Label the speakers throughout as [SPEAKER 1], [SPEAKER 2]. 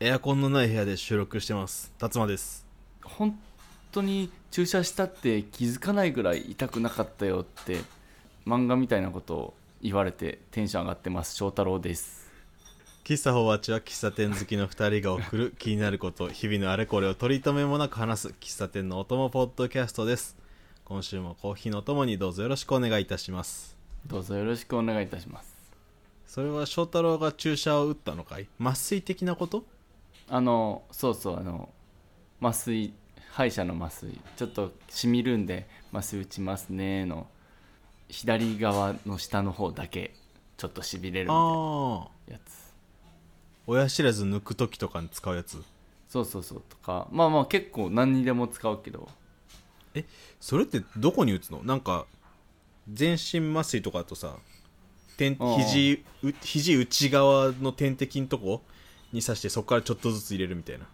[SPEAKER 1] エアコンのない部屋で収録してます辰馬です
[SPEAKER 2] 本当に注射したって気づかないぐらい痛くなかったよって漫画みたいなことを言われてテンション上がってます翔太郎です
[SPEAKER 1] 喫茶ホバーチは喫茶店好きの2人が送る 気になること日々のあれこれを取り留めもなく話す喫茶店のお供ポッドキャストです今週もコーヒーのお供にどうぞよろしくお願いいたします
[SPEAKER 2] どうぞよろしくお願いいたします
[SPEAKER 1] それは翔太郎が注射を打ったのかい麻酔的なこと
[SPEAKER 2] あのそうそうあの麻酔歯医者の麻酔ちょっとしみるんで麻酔打ちますねの左側の下の方だけちょっとしびれるみたいな
[SPEAKER 1] ああ
[SPEAKER 2] やつ
[SPEAKER 1] 親知らず抜く時とかに使うやつ
[SPEAKER 2] そうそうそうとかまあまあ結構何にでも使うけど
[SPEAKER 1] それってどこに打つのなんか全身麻酔とかだとさ点
[SPEAKER 2] ああ
[SPEAKER 1] 肘う肘内側の点滴のとこに刺してそこからちょっとずつ入れるみたいな
[SPEAKER 2] だ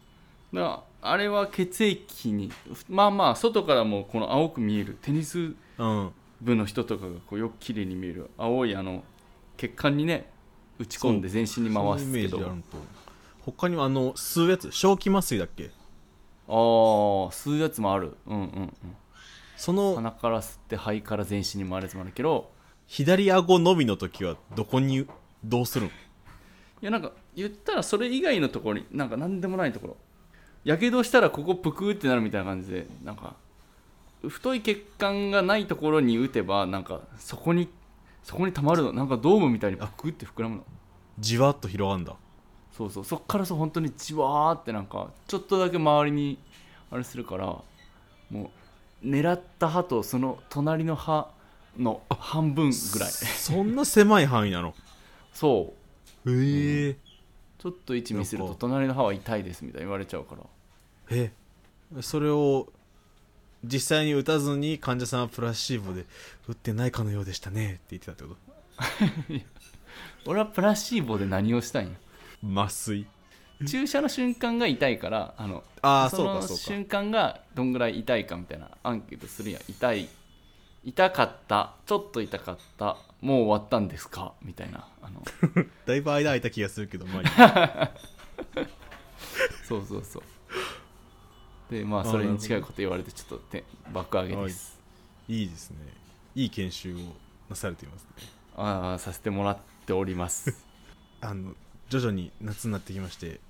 [SPEAKER 2] からあれは血液にまあまあ外からもこの青く見えるテニス
[SPEAKER 1] うん
[SPEAKER 2] 部の人とかがこうよく綺麗に見える青いあの血管にね打ち込んで全身に回
[SPEAKER 1] そうい
[SPEAKER 2] すけ
[SPEAKER 1] うイメージ
[SPEAKER 2] ど
[SPEAKER 1] あるのと他にもあの吸うやつ正気麻酔だっけ
[SPEAKER 2] ああ吸うやつもあるうんうんうん
[SPEAKER 1] その
[SPEAKER 2] 鼻から吸って肺から全身に回るやつもあるけど
[SPEAKER 1] 左顎のみの時はどこにどうするの
[SPEAKER 2] いやなんか言ったらそれ以外のところになんか何でもないところやけどしたらここプクってなるみたいな感じでなんか太い血管がないところに打てばなんかそこにそこに溜まるのなんかドームみたいにプクって膨らむの
[SPEAKER 1] じわっと広がるんだ
[SPEAKER 2] そうそうそっからそう本当にじわーってなんかちょっとだけ周りにあれするからもう狙った歯とその隣の歯の半分ぐらい
[SPEAKER 1] そんな狭い範囲なの
[SPEAKER 2] そう
[SPEAKER 1] へえ
[SPEAKER 2] ちょっと位置ミスる
[SPEAKER 1] や
[SPEAKER 2] と
[SPEAKER 1] っぱ
[SPEAKER 2] 隣の歯は痛いですみたいに言われちゃうから
[SPEAKER 1] えそれを実際に打たずに患者さんはプラシーボで打ってないかのようでしたねって言ってたってこと
[SPEAKER 2] 俺はプラシーボで何をしたいんよ
[SPEAKER 1] 麻酔
[SPEAKER 2] 注射の瞬間が痛いからあの
[SPEAKER 1] ああ
[SPEAKER 2] そ
[SPEAKER 1] そう
[SPEAKER 2] の
[SPEAKER 1] かそうか
[SPEAKER 2] 瞬間がどんぐらい痛いかみたいなアンケートするやん痛い痛かったちょっと痛かったもう終わったんですかみたいなあの
[SPEAKER 1] だいぶ間空いた気がするけど、まあいい
[SPEAKER 2] そうそうそうでまあそれに近いこと言われてちょっとて爆上げです
[SPEAKER 1] いいですねいい研修をなされていますね
[SPEAKER 2] ああさせてもらっております
[SPEAKER 1] あの徐々に夏になってきまして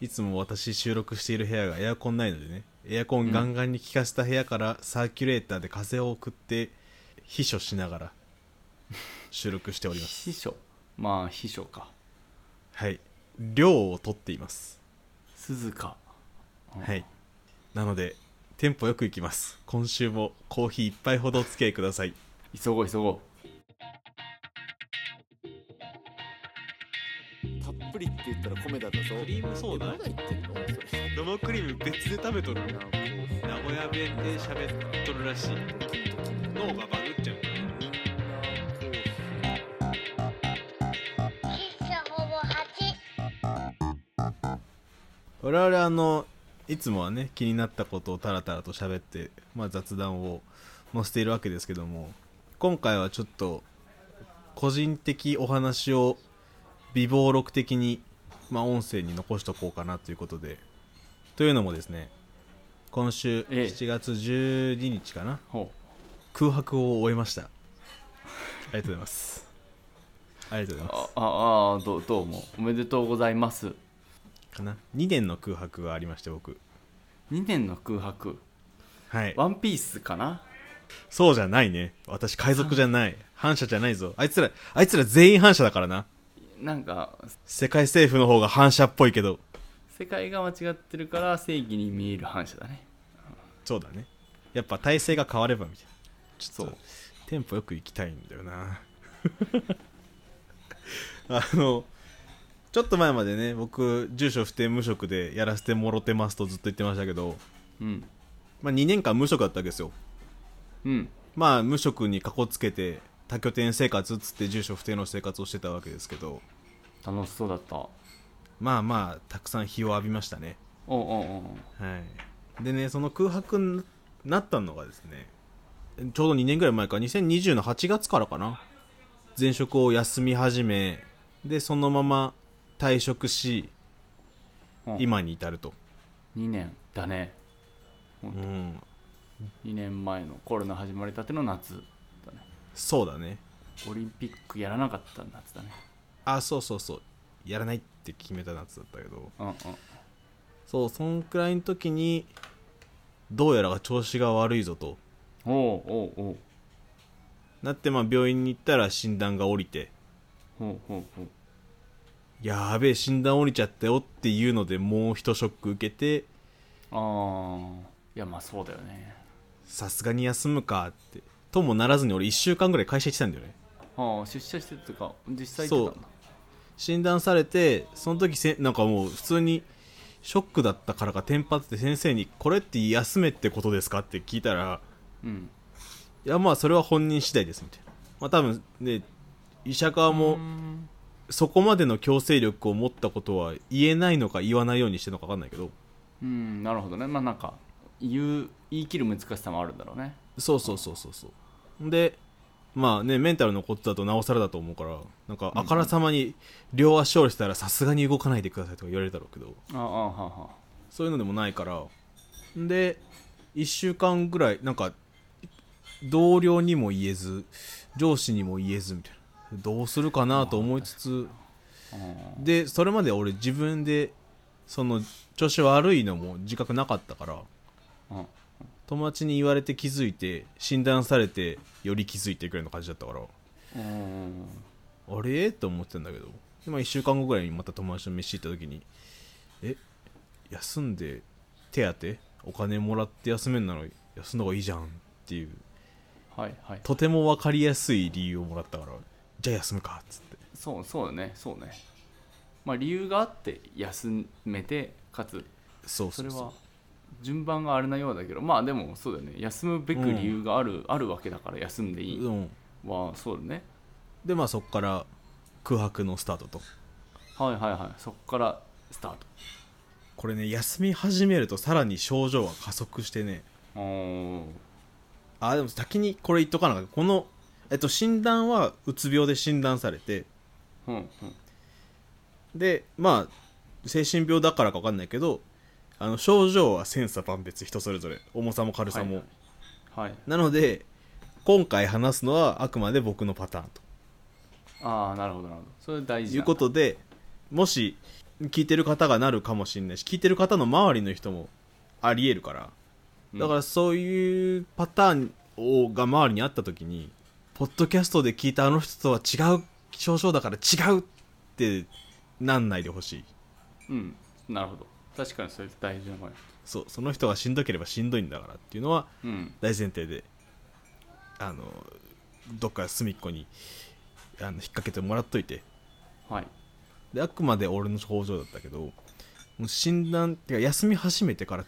[SPEAKER 1] いつも私収録している部屋がエアコンないのでねエアコンガンガンに効かせた部屋からサーキュレーターで風を送って避暑しながら収録しております
[SPEAKER 2] 秘書まあ秘書か
[SPEAKER 1] はい量を取っています
[SPEAKER 2] 鈴鹿
[SPEAKER 1] はいなのでテンポよく行きます今週もコーヒー一杯ほどお付き合いください
[SPEAKER 2] 急ごう急ごう
[SPEAKER 3] たっぷりって言ったら米田だぞクリームソーダまだ言ってんの
[SPEAKER 1] 生クリーム別で食べとる名古屋弁で喋っとるらしい脳がバグっちゃう
[SPEAKER 4] 喫茶ほぼ8。
[SPEAKER 1] 我々あのいつもはね気になったことをタラタラと喋って、まあ、雑談を載せているわけですけども今回はちょっと個人的お話を微暴録的に、まあ、音声に残しとこうかなということでというのもですね今週
[SPEAKER 2] ええ
[SPEAKER 1] 7月12日かな、
[SPEAKER 2] ほ
[SPEAKER 1] 空白を終えましたありがとうございますありがとうござい
[SPEAKER 2] う
[SPEAKER 1] ま
[SPEAKER 2] あああどうどうもおめでとうございます
[SPEAKER 1] すかな2年の空白がありまして僕
[SPEAKER 2] 2年の空白
[SPEAKER 1] はい
[SPEAKER 2] ワンピースかな
[SPEAKER 1] そうじゃないね。私、海賊じゃない。反社じゃないぞ。あいつら、あいつら全員反社だからな。
[SPEAKER 2] なんか
[SPEAKER 1] 世界政府の方が反社っぽいけど。
[SPEAKER 2] 世界が間違ってるから正義に見える反射だね
[SPEAKER 1] そうだね。やっぱ体制が変わればみたいな。ちょっ
[SPEAKER 2] そう
[SPEAKER 1] と、テンポよく行きたいんだよな。 あの、ちょっと前までね、僕、住所不定無職でやらせてもろてますとずっと言ってましたけど、
[SPEAKER 2] うん
[SPEAKER 1] まあ2年間無職だったわけですよ。
[SPEAKER 2] うん
[SPEAKER 1] まあ無職にかこつけて、多拠点生活っつって住所不定の生活をしてたわけですけど、
[SPEAKER 2] 楽しそうだったおう
[SPEAKER 1] まあまあたくさん日を浴びましたね
[SPEAKER 2] おうおう
[SPEAKER 1] はいでねその空白になったのがですねちょうど2年ぐらい前か2020の8月からかな前職を休み始めでそのまま退職し
[SPEAKER 2] うん
[SPEAKER 1] 今に至ると、
[SPEAKER 2] 2年だね
[SPEAKER 1] うん、
[SPEAKER 2] 2年前のコロナ始まりたての夏だね
[SPEAKER 1] そうだね
[SPEAKER 2] オリンピックやらなかった夏だね
[SPEAKER 1] あそうそうそうやらないって決めた夏だったけど
[SPEAKER 2] うんうん
[SPEAKER 1] そうそんくらいの時にどうやら調子が悪いぞと
[SPEAKER 2] おうおうおう
[SPEAKER 1] なってまあ病院に行ったら診断が下りて
[SPEAKER 2] ほうほうほう
[SPEAKER 1] やーべえ診断降りちゃったよっていうのでもう一ショック受けて
[SPEAKER 2] ああいやまあそうだよね
[SPEAKER 1] さすがに休むかってともならずに俺1週間ぐらい会社行ってたんだよね
[SPEAKER 2] ああ出社してとか実際行ってたんだ
[SPEAKER 1] 診断されてその時せなんかもう普通にショックだったからかテンパって先生に「これって休めってことですか?」って聞いたら
[SPEAKER 2] うん
[SPEAKER 1] 「いやまあそれは本人次第です」みたいなまあ多分ね医者側
[SPEAKER 2] う
[SPEAKER 1] も
[SPEAKER 2] ん
[SPEAKER 1] そこまでの強制力を持ったことは言えないのか言わないようにしてるのか分かんないけど
[SPEAKER 2] うんなるほどねまあなんか言う言い切る難しさもあるんだろうね
[SPEAKER 1] そうそうそうそうそうでまあねメンタルのことだとなおさらだと思うからなんかあからさまに両足折れてたらさすがに動かないでくださいとか言われるだろうけど
[SPEAKER 2] ああああはあはあ
[SPEAKER 1] そういうのでもないからで1週間ぐらいなんか同僚にも言えず上司にも言えずみたいなどうするかなと思いつつ
[SPEAKER 2] あ
[SPEAKER 1] でそれまで俺自分でその調子悪いのも自覚なかったから
[SPEAKER 2] あうん
[SPEAKER 1] 友達に言われて気づいて診断されてより気づいてくらいの感じだったから
[SPEAKER 2] うん
[SPEAKER 1] あれと思ってたんだけどで、まあ、1週間後ぐらいにまた友達と飯行った時にえ休んで手当お金もらって休めんなら休んだ方がいいじゃんっていう
[SPEAKER 2] はいはい
[SPEAKER 1] とても分かりやすい理由をもらったからじゃあ休むかっつって
[SPEAKER 2] そうそうだねそうねまあ理由があって休めてかつ
[SPEAKER 1] そう
[SPEAKER 2] そ
[SPEAKER 1] そう
[SPEAKER 2] れ
[SPEAKER 1] そう
[SPEAKER 2] は順番があれなようだけどまあでもそうだよね休むべく理由がある,、あるわけだから休んでいい
[SPEAKER 1] うん、
[SPEAKER 2] はそうだね
[SPEAKER 1] でまあそこから空白のスタートと
[SPEAKER 2] はいはいはいそこからスター
[SPEAKER 1] これね休み始めるとさらに症状が加速してね
[SPEAKER 2] トおー
[SPEAKER 1] あでも先にこれ言っとかなかったこの、えっと、診断はうつ病で診断されて
[SPEAKER 2] うんうん
[SPEAKER 1] でまあ精神病だからか分かんないけどあの症状は千差万別人それぞれ重さも軽さも、
[SPEAKER 2] はいはい
[SPEAKER 1] なので今回話すのはあくまで僕のパターン
[SPEAKER 2] ああなるほどなるほどそれ大
[SPEAKER 1] と
[SPEAKER 2] 事
[SPEAKER 1] い
[SPEAKER 2] だ
[SPEAKER 1] うことでもし聞いてる方がなるかもしれないし聞いてる方の周りの人もありえるからだからそういうパターンをが周りにあった時にポッドキャストで聞いたあの人とは違う症状だから違うってなんないでほしい
[SPEAKER 2] うん、うん、なるほど確かにそれ大事な声
[SPEAKER 1] そうその人がしんどければしんどいんだからっていうのは
[SPEAKER 2] うん
[SPEAKER 1] 大前提であのどっか隅っこにあの引っ掛けてもらっといて
[SPEAKER 2] はい
[SPEAKER 1] であくまで俺の症状だったけどもう診断ってか休み始めてから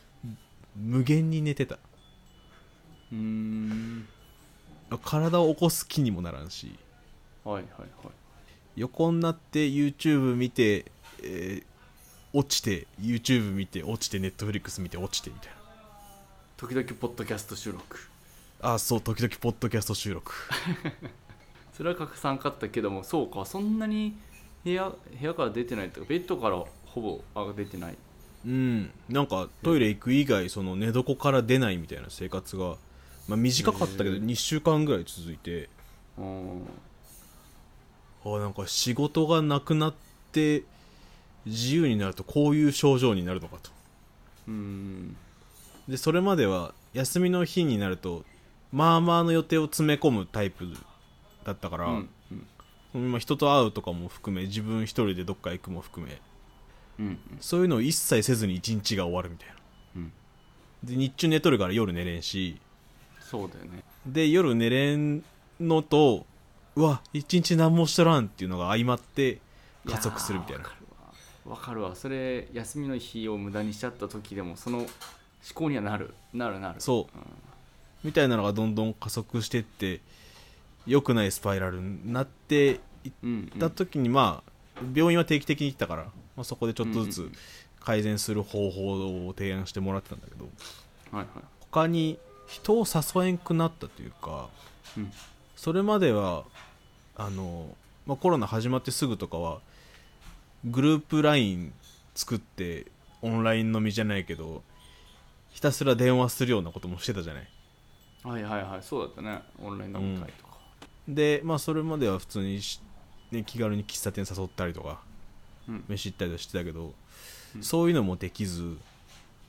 [SPEAKER 1] 無限に寝てた
[SPEAKER 2] うーん
[SPEAKER 1] 体を起こす気にもならんし
[SPEAKER 2] はいはいはい
[SPEAKER 1] 横になって YouTube 見て、えー落ちて YouTube 見て落ちて Netflix 見て落ちてみたい
[SPEAKER 2] 時々ポッドキャスト収録
[SPEAKER 1] なあそう時々ポッドキャスト収録
[SPEAKER 2] それは隠さんかったけどもそうかそんなに部屋部屋から出てないとかベッドからほぼあ出てない
[SPEAKER 1] うんなんかトイレ行く以外その寝床から出ないみたいな生活が、まあ、短かったけど
[SPEAKER 2] へえ
[SPEAKER 1] 2週間ぐらい続いて
[SPEAKER 2] うーん
[SPEAKER 1] あなんか仕事がなくなって自由になるとこういう症状になるのかと
[SPEAKER 2] うーん
[SPEAKER 1] でそれまでは休みの日になるとまあまあの予定を詰め込むタイプだったから、
[SPEAKER 2] うんうん
[SPEAKER 1] 今人と会うとかも含め自分一人でどっか行くも含め
[SPEAKER 2] うん
[SPEAKER 1] そういうのを一切せずに一日が終わるみたいな
[SPEAKER 2] うん
[SPEAKER 1] で日中寝とるから夜寝れんし
[SPEAKER 2] そうだよね
[SPEAKER 1] で夜寝れんのとうわ一日何もしとらんっていうのが相まって加速するみたいな
[SPEAKER 2] やーわかるわわかるわそれ休みの日を無駄にしちゃった時でもその思考にはなるなるなる、
[SPEAKER 1] そうみたいなのがどんどん加速してって良くないスパイラルになっていっ
[SPEAKER 2] うんうんうん、
[SPEAKER 1] た時に、まあ病院は定期的に行ったから、まあ、そこでちょっとず
[SPEAKER 2] うんう
[SPEAKER 1] つ
[SPEAKER 2] ん
[SPEAKER 1] 改善する方法を提案してもらってたんだけど、
[SPEAKER 2] はいはい
[SPEAKER 1] 他に人を誘えんくなったというか
[SPEAKER 2] うん
[SPEAKER 1] それまではあの、まあ、コロナ始まってすぐとかはグループ LINE 作ってオンライン飲みじゃないけどひたすら電話するようなこともしてたじゃない
[SPEAKER 2] はいはいはいそうだったねオンライン飲み会とか、
[SPEAKER 1] でまあそれまでは普通にし、ね、気軽に喫茶店誘ったりとか、
[SPEAKER 2] うん
[SPEAKER 1] 飯行ったりとかしてたけど、
[SPEAKER 2] ん
[SPEAKER 1] そういうのもできず、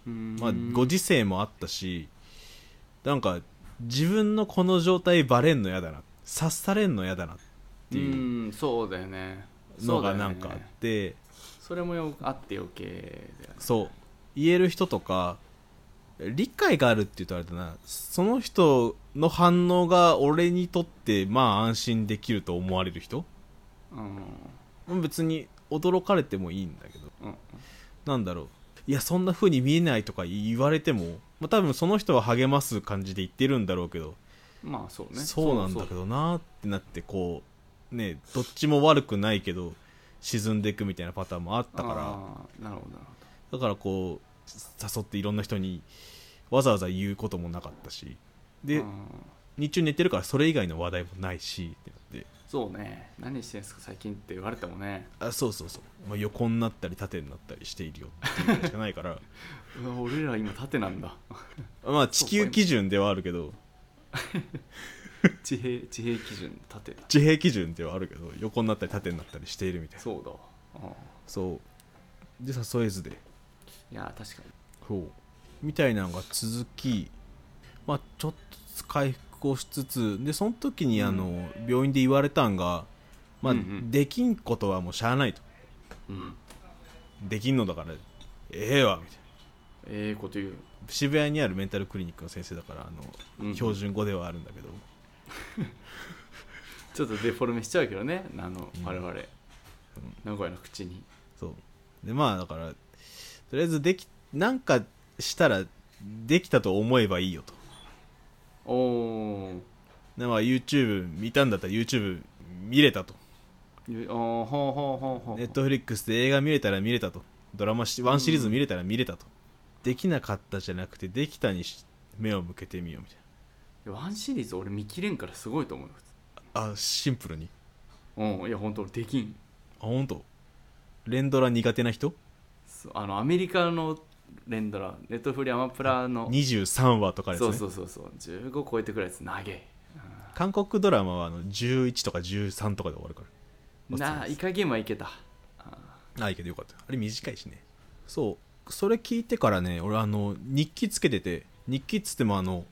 [SPEAKER 1] まあ、ご時世もあったしなんか自分のこの状態バレんのやだな察されんのやだなっていう
[SPEAKER 2] うんそうだよね
[SPEAKER 1] のがなん
[SPEAKER 2] そう
[SPEAKER 1] かあ
[SPEAKER 2] だ
[SPEAKER 1] っ
[SPEAKER 2] よね
[SPEAKER 1] て
[SPEAKER 2] それもよあって余計だよね
[SPEAKER 1] そう,、言える人とか理解があるって言うとあれだなその人の反応が俺にとってまあ安心できると思われる人
[SPEAKER 2] うん
[SPEAKER 1] 別に驚かれてもいいんだけど
[SPEAKER 2] うん
[SPEAKER 1] なんだろういやそんな風に見えないとか言われても、まあ、多分その人は励ます感じで言ってるんだろうけど、
[SPEAKER 2] まあそうね
[SPEAKER 1] そうなんだけ
[SPEAKER 2] そう
[SPEAKER 1] どなーってなってこうねどっちも悪くないけど沈んでいくみたいなパターンもあった
[SPEAKER 2] そう
[SPEAKER 1] か
[SPEAKER 2] あーなるほどなるほ
[SPEAKER 1] らだからこう誘っていろんな人にわざわざ言うこともなかったし
[SPEAKER 2] ど
[SPEAKER 1] で
[SPEAKER 2] うん
[SPEAKER 1] 日中寝てるからそれ以外の話題もないしってなって
[SPEAKER 2] そうね何してんすか最近って言われてもね
[SPEAKER 1] あそうそうそう、まあ、横になったり縦になったりしているよっていうのしかないから
[SPEAKER 2] うわ俺ら今縦なんだ
[SPEAKER 1] まあ地球基準ではあるけど
[SPEAKER 2] 地平地平基準縦だ
[SPEAKER 1] 地平基準ではあるけど横になったり縦になったりしているみたいな
[SPEAKER 2] そうだうん
[SPEAKER 1] そうで誘えずで
[SPEAKER 2] いやー確か
[SPEAKER 1] そうみたいなのが続きまあちょっとずつ回復をしつつでその時にあの、病院で言われたんが、まあ
[SPEAKER 2] うんうん
[SPEAKER 1] できんことはもうしゃあないと
[SPEAKER 2] に、うん、
[SPEAKER 1] できんのだからええわみたいな
[SPEAKER 2] ええこと言う
[SPEAKER 1] 渋谷にあるメンタルクリニックの先生だからあの、
[SPEAKER 2] うん
[SPEAKER 1] 標準語ではあるんだけど
[SPEAKER 2] ちょっとデフォルメしちゃうけどねあの我々、名古屋の口に
[SPEAKER 1] そうでまあだからとりあえずできなんかしたらできたと思えばいいよと
[SPEAKER 2] おお
[SPEAKER 1] でまあ YouTube 見たんだったら YouTube 見れたと
[SPEAKER 2] ゆおーほうほうほうほう
[SPEAKER 1] ネットフリックスで映画見れたら見れたとドラマしワンシリーズ見れたら見れたと、できなかったじゃなくてできたにし目を向けてみようみたい
[SPEAKER 2] ワンシリーズ俺見切れんからすごいと思うよ
[SPEAKER 1] なあシンプルに
[SPEAKER 2] うんいや本当俺できん
[SPEAKER 1] あ本当連ドラ苦手な人
[SPEAKER 2] そうあのアメリカの連ドラネットフリアマプラの
[SPEAKER 1] 23話とかです
[SPEAKER 2] そ
[SPEAKER 1] ね
[SPEAKER 2] うそうそうそう15超えてくらいです投げ
[SPEAKER 1] 韓国ドラマはあの11とか13とかで終わるからお疲れ様
[SPEAKER 2] なあ
[SPEAKER 1] です
[SPEAKER 2] イカゲームはいけた
[SPEAKER 1] ないけどよかったあれ短いしねそうそれ聞いてからね俺あの日記つけてて日記っつってもあの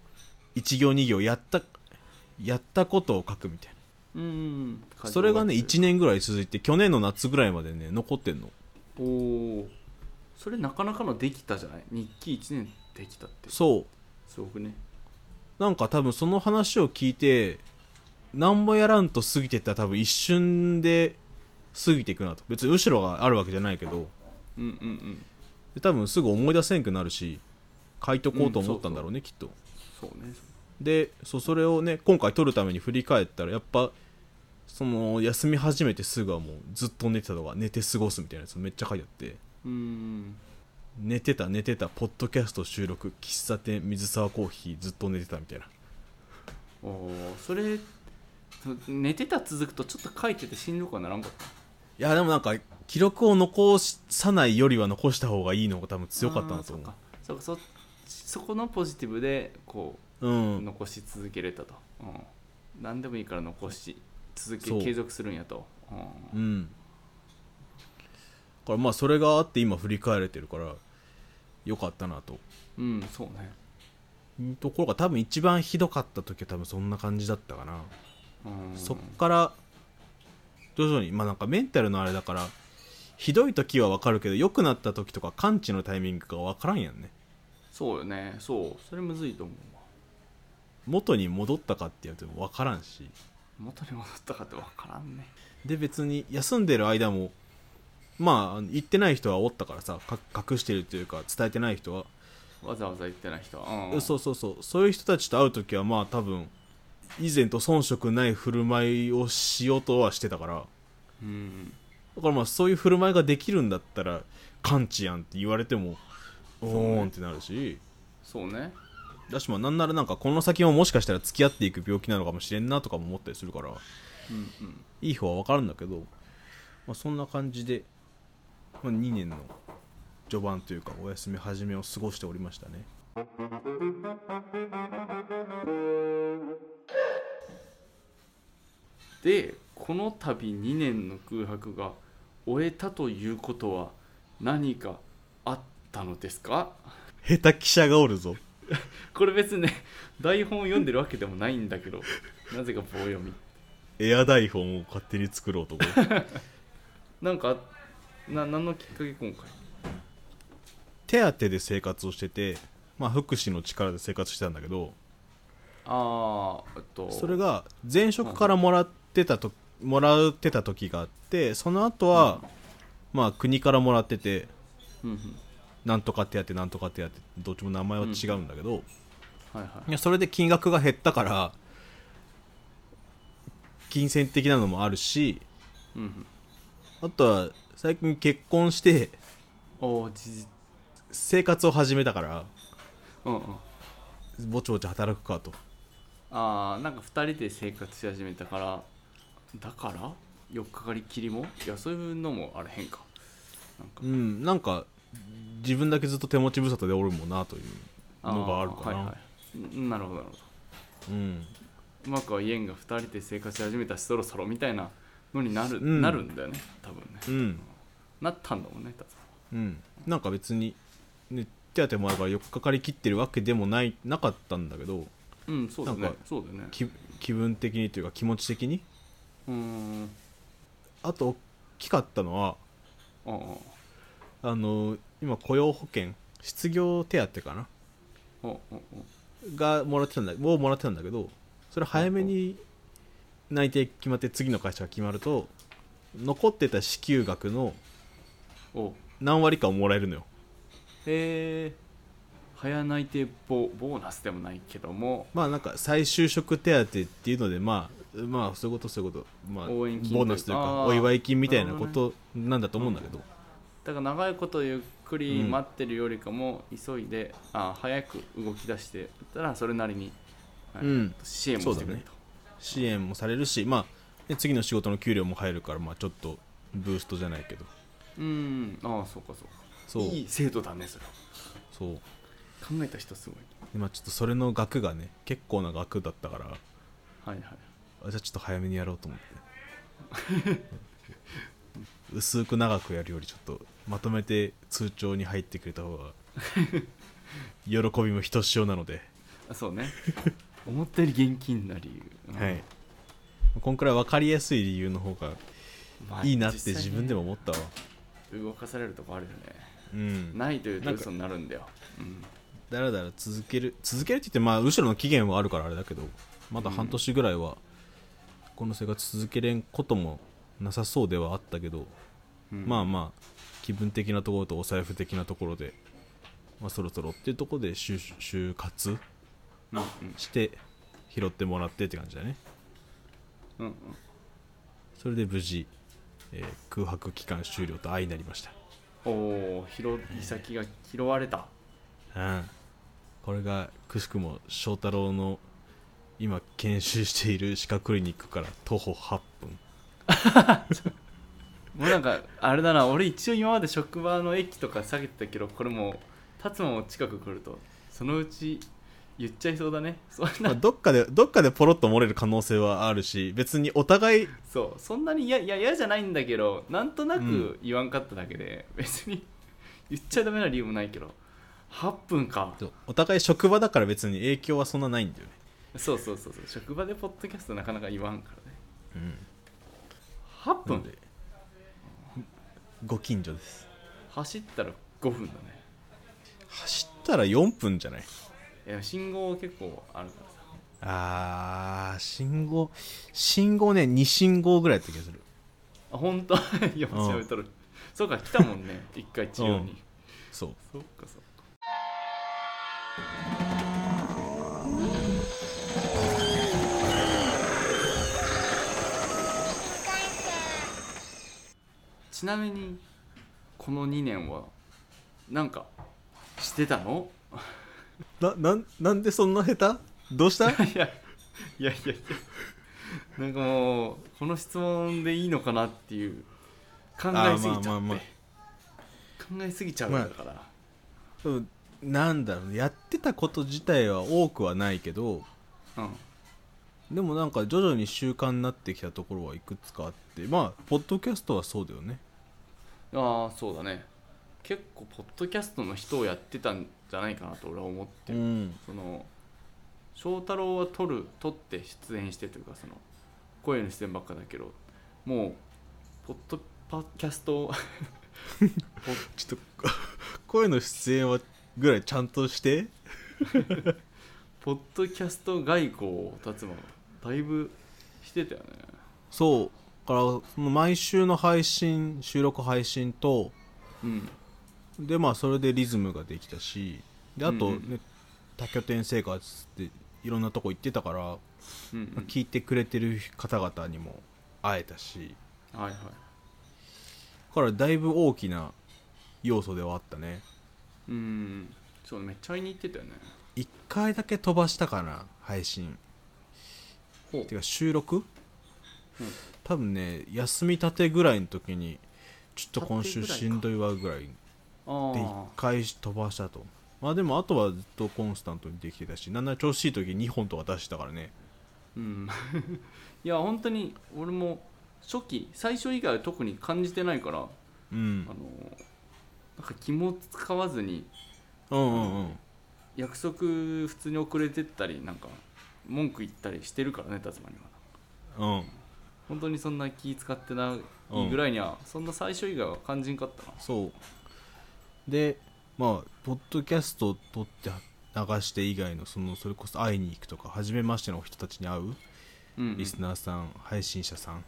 [SPEAKER 1] 1行2行やったやったことを書くみたい
[SPEAKER 2] うんうん
[SPEAKER 1] なそれがね1
[SPEAKER 2] 一
[SPEAKER 1] 年ぐらい続いて去年の夏ぐらいまでね残ってんの
[SPEAKER 2] おおそれなかなかのできたじゃない日記1年できたって
[SPEAKER 1] そ
[SPEAKER 2] すごくね
[SPEAKER 1] うなんか多分その話を聞いて何もやらんと過ぎてったら多分一瞬で過ぎていくなと別に後ろがあるわけじゃないけど
[SPEAKER 2] うんうんうん
[SPEAKER 1] で多分すぐ思い出せんくなるし書いとこうと思ったんだろうね、きっと
[SPEAKER 2] そうね
[SPEAKER 1] でそうそれをね今回撮るために振り返ったらやっぱその休み始めてすぐはもうずっと寝てたとか寝て過ごすみたいなやつめっちゃ書いてあって
[SPEAKER 2] うん
[SPEAKER 1] 寝てた寝てたポッドキャスト収録喫茶店水沢コーヒーずっと寝てたみたいな
[SPEAKER 2] おおそれそ寝てた続くとちょっと書いててしんどくはならんかった
[SPEAKER 1] いやでもなんか記録を残さないよりは残した方がいいのが多分強かったなと思
[SPEAKER 2] あーそうかそうかそそこのポジティブでこ
[SPEAKER 1] うう
[SPEAKER 2] うん残し続けれたと、うん、何でもいいから残し続け
[SPEAKER 1] そう
[SPEAKER 2] 継続するんやと、うん
[SPEAKER 1] うんだからまあそれがあって今振り返れてるからよかったなと
[SPEAKER 2] うんそうね、
[SPEAKER 1] ところが多分一番ひどかった時は多分そんな感じだったかな
[SPEAKER 2] うん、
[SPEAKER 1] そっから徐々にまあなんかメンタルのあれだからひどい時は分かるけど良くなった時とか完治のタイミングが分からんやんね
[SPEAKER 2] そうよねそうそれむずいと思うわ
[SPEAKER 1] 元に戻ったかってやつも分からんし
[SPEAKER 2] 元に戻ったかって分からんね
[SPEAKER 1] で別に休んでる間もまあ言ってない人はおったからさか隠してるというか伝えてない人は、
[SPEAKER 2] わざわざ言ってない人は、うん、
[SPEAKER 1] そうそうそうそういう人たちと会う時はまあ多分以前と遜色ない振る舞いをしようとはしてたから
[SPEAKER 2] うん
[SPEAKER 1] だからまあそういう振る舞いができるんだったら完治やんって言われてもおーんってなるし
[SPEAKER 2] そうね
[SPEAKER 1] だしまあなんならなんかこの先ももしかしたら付き合っていく病気なのかもしれんなとかも思ったりするから
[SPEAKER 2] うんうん
[SPEAKER 1] いい方は分かるんだけど、まあ、そんな感じで、まあ、2年の序盤というかお休み始めを過ごしておりましたね
[SPEAKER 2] でこの度2年の空白が終えたということは何かあったのですか
[SPEAKER 1] 下手記者がおるぞ
[SPEAKER 2] これ別にね台本を読んでるわけでもないんだけどなぜか棒読み
[SPEAKER 1] エア台本を勝手に作ろうと思う
[SPEAKER 2] なんかな何のきっかけ今回
[SPEAKER 1] 手当てで生活をしてて、まあ、福祉の力で生活してたんだけど
[SPEAKER 2] ああえっと
[SPEAKER 1] それが前職からもらってたともらってた時があってその後は、まあ国からもらってて
[SPEAKER 2] うんうん
[SPEAKER 1] なんとか手当なんとか手当どっちも名前は違うんだけど、
[SPEAKER 2] はいはい
[SPEAKER 1] いやそれで金額が減ったから金銭的なのもあるし
[SPEAKER 2] うんうん
[SPEAKER 1] あとは最近結婚して
[SPEAKER 2] おおじじ
[SPEAKER 1] 生活を始めたから
[SPEAKER 2] うんうん
[SPEAKER 1] ぼちぼち働くかと
[SPEAKER 2] ああなんか2人で生活し始めたからだから4日かかりきりもいやそういうのもあれへんかなんか
[SPEAKER 1] うんなんか自分だけずっと手持ち無沙汰でおるもんなというのがあるかな、
[SPEAKER 2] ーはいはいんなるほどなるほ
[SPEAKER 1] う
[SPEAKER 2] ど
[SPEAKER 1] ん
[SPEAKER 2] うまくは家が2人で生活し始めたしそろそろみたいなのになる,、
[SPEAKER 1] うん
[SPEAKER 2] なるんだよね多分ね
[SPEAKER 1] うん
[SPEAKER 2] なったんだもんね多分
[SPEAKER 1] うんなんか別に、ね、手当もあるから4日かかりきってるわけでもないなかったんだけど
[SPEAKER 2] うんそうだ
[SPEAKER 1] な
[SPEAKER 2] ね
[SPEAKER 1] んか
[SPEAKER 2] そうだね
[SPEAKER 1] 気気分的にというか気持ち的に
[SPEAKER 2] うーん
[SPEAKER 1] あと大きかったのは
[SPEAKER 2] ああ
[SPEAKER 1] あの今雇用保険失業手当かな
[SPEAKER 2] あああ
[SPEAKER 1] がもらってたんだをもらってたんだけどそれ早めに内定決まって次の会社が決まると残ってた支給額の
[SPEAKER 2] おお
[SPEAKER 1] 何割かをもらえるのよ
[SPEAKER 2] へえ早内定ボボーナスでもないけども
[SPEAKER 1] まあなんか再就職手当っていうのでまあまあそういうことそういうこと、まあ、
[SPEAKER 2] 応援金というか
[SPEAKER 1] ボーナスというか
[SPEAKER 2] あー
[SPEAKER 1] お祝い金みたいなことなんだと思うんだけど
[SPEAKER 2] だから長いことゆっくり
[SPEAKER 1] うん
[SPEAKER 2] 待ってるよりかも急いで、あ早く動き出してたらそれなりに、はい
[SPEAKER 1] うん
[SPEAKER 2] 支援もしてくれる
[SPEAKER 1] そ
[SPEAKER 2] と
[SPEAKER 1] 支援もされるしまあね次の仕事の給料も入るからまあちょっとブーストじゃないけど
[SPEAKER 2] う,、んああそうかそうか
[SPEAKER 1] そう
[SPEAKER 2] いい制度だねそれは
[SPEAKER 1] そう
[SPEAKER 2] 考えた人すごい
[SPEAKER 1] でまあちょっとそれの額がね結構な額だったから
[SPEAKER 2] はいはい
[SPEAKER 1] あじゃあちょっと早めにやろうと思って 薄く長くやるよりちょっとまとめて通帳に入ってくれた方 が喜びもひとしおなので、
[SPEAKER 2] あそうね思ったより現金な理由、うん
[SPEAKER 1] はい、こんくらい分かりやすい理由の方が
[SPEAKER 2] まあ
[SPEAKER 1] いいなって
[SPEAKER 2] 実際ね
[SPEAKER 1] 自分でも思ったわ、
[SPEAKER 2] 動かされるとこあるよね
[SPEAKER 1] うん
[SPEAKER 2] ないというと
[SPEAKER 1] なんか
[SPEAKER 2] 嘘になるんだよ、うん、
[SPEAKER 1] だらだら続ける続けるって言ってまあ後ろの期限はあるからあれだけどまだ半年ぐらいはこの生活続けれんこともなさそうではあったけど、
[SPEAKER 2] うん
[SPEAKER 1] まあまあ気分的なところとお財布的なところで、まあ、そろそろっていうところで就就活
[SPEAKER 2] うん
[SPEAKER 1] して拾ってもらってって感じだね
[SPEAKER 2] うんうんうん
[SPEAKER 1] それで無事、えー空白期間終了と相なりました、
[SPEAKER 2] おお拾い先が拾われた
[SPEAKER 1] うん、これがくしくも翔太郎の今研修している歯科クリニックから徒歩8分
[SPEAKER 2] もうなんかあれだな俺一応今まで職場の駅とか下げてたけどこれもう立つも近く来るとそのうち言っちゃいそうだねそん
[SPEAKER 1] ま
[SPEAKER 2] な
[SPEAKER 1] あ、どっかでどっかでポロッと漏れる可能性はあるし別にお互い
[SPEAKER 2] そうそんなに嫌いや嫌じゃないんだけどなんとな
[SPEAKER 1] う
[SPEAKER 2] く
[SPEAKER 1] ん
[SPEAKER 2] 言わんかっただけで、別に言っちゃダメな理由もないけど8分か
[SPEAKER 1] お互い職場だから別に影響はそんなないんだよね
[SPEAKER 2] そうそうそうそう職場でポッドキャストなかなか言わんからね
[SPEAKER 1] うん
[SPEAKER 2] 8
[SPEAKER 1] なの
[SPEAKER 2] 分
[SPEAKER 1] でご近所です
[SPEAKER 2] 走ったら5分だね
[SPEAKER 1] 走ったら4分じゃない
[SPEAKER 2] いや信号結構あるからさ
[SPEAKER 1] あー信号信号ね2信号ぐらいだった気がする
[SPEAKER 2] あ本当 いや調べとる、そうか来たもん ね一回治療に、
[SPEAKER 1] うんそう
[SPEAKER 2] そっかそっかちなみにこの2年はなんかしてたの
[SPEAKER 1] ななんなんでそんな下手どうした
[SPEAKER 2] いやいやいやいやなんかもうこの質問でいいのかなっていう考えすぎちゃ
[SPEAKER 1] あーまあ
[SPEAKER 2] って
[SPEAKER 1] まあまあ
[SPEAKER 2] 考えすぎちゃうん
[SPEAKER 1] まあ
[SPEAKER 2] だから、
[SPEAKER 1] うんなんだろうねやってたこと自体は多くはないけど
[SPEAKER 2] うん
[SPEAKER 1] でもなんか徐々に習慣になってきたところはいくつかあってまあポッドキャストはそうだよね
[SPEAKER 2] ああそうだね結構ポッドキャストの人をやってたんじゃないかなと俺は思ってる、
[SPEAKER 1] ん
[SPEAKER 2] その翔太郎は撮る撮って出演してというかその声の出演ばっかだけどもうポッドパキャスト
[SPEAKER 1] ちょっと 声の出演はぐらいちゃんとして
[SPEAKER 2] ポッドキャスト外交を立つもだいぶしてたよね
[SPEAKER 1] そうだからその毎週の配信収録配信と
[SPEAKER 2] うん
[SPEAKER 1] でまあそれでリズムができたしであと、
[SPEAKER 2] う
[SPEAKER 1] ね
[SPEAKER 2] んうん
[SPEAKER 1] 多拠点生活っていろんなとこ行ってたから、ま
[SPEAKER 2] うん、
[SPEAKER 1] あ聞いてくれてる方々にも会えたし
[SPEAKER 2] うん、はいはい
[SPEAKER 1] だからだいぶ大きな要素ではあったね
[SPEAKER 2] うんそうねめっちゃ会いに行ってたよね
[SPEAKER 1] 1回だけ飛ばしたかな配信
[SPEAKER 2] ほう
[SPEAKER 1] てか収録、多分ね休みたてぐらいの時にちょっと今週しんどいわぐらいで1
[SPEAKER 2] あ
[SPEAKER 1] 回飛ばしたとまあでもあとはずっとコンスタントにできてたしなんなら調子いい時2本とか出してたからね
[SPEAKER 2] あうん いや本当に俺も初期最初以外は特に感じてないから、
[SPEAKER 1] うん
[SPEAKER 2] あのなんか気も使わずに
[SPEAKER 1] うんうんうん
[SPEAKER 2] 約束普通に遅れてったりなんか文句言ったりしてるからね達馬には
[SPEAKER 1] うん
[SPEAKER 2] 本当にそんな気使ってないぐらいには、そんな最初以外は感じんかったな
[SPEAKER 1] そうでまあポッドキャストを撮って流して以外のそのそれこそ会いに行くとか初めましての人たちに会う
[SPEAKER 2] うんうん
[SPEAKER 1] リスナーさん、配信者さん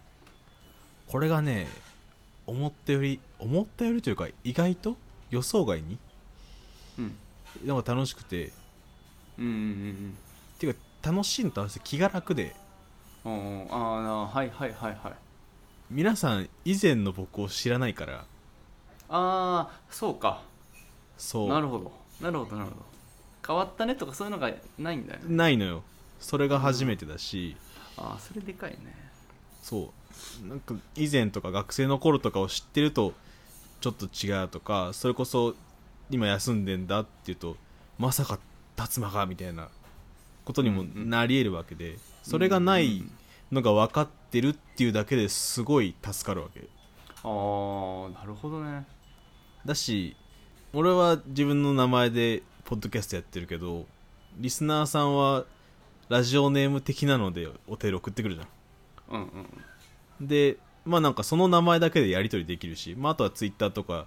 [SPEAKER 1] これがね思ったより思ったよりというか意外と予想外に
[SPEAKER 2] うん
[SPEAKER 1] なんか楽しくて
[SPEAKER 2] うんうん
[SPEAKER 1] ていうか楽しいのと合わせて気が楽で
[SPEAKER 2] うんうんうんああはいはいはいはい
[SPEAKER 1] 皆さん以前の僕を知らないから
[SPEAKER 2] ああそうか
[SPEAKER 1] そう
[SPEAKER 2] なるほどなるほどなるほど変わったねとかそういうのがないんだよね
[SPEAKER 1] ないのよそれが初めてだし、
[SPEAKER 2] ああそれでかいね
[SPEAKER 1] そうなんか以前とか学生の頃とかを知ってるとちょっと違うとかそれこそ今休んでんだっていうとまさか達馬がみたいなことにもなり得るわけで、それがないのが分かってるっていうだけですごい助かるわけ
[SPEAKER 2] ああなるほどね
[SPEAKER 1] だし俺は自分の名前でポッドキャストやってるけどリスナーさんはラジオネーム的なのでお便り送ってくるじゃん
[SPEAKER 2] うんうん
[SPEAKER 1] でまあなんかその名前だけでやり取りできるし、まあ、あとはツイッターとか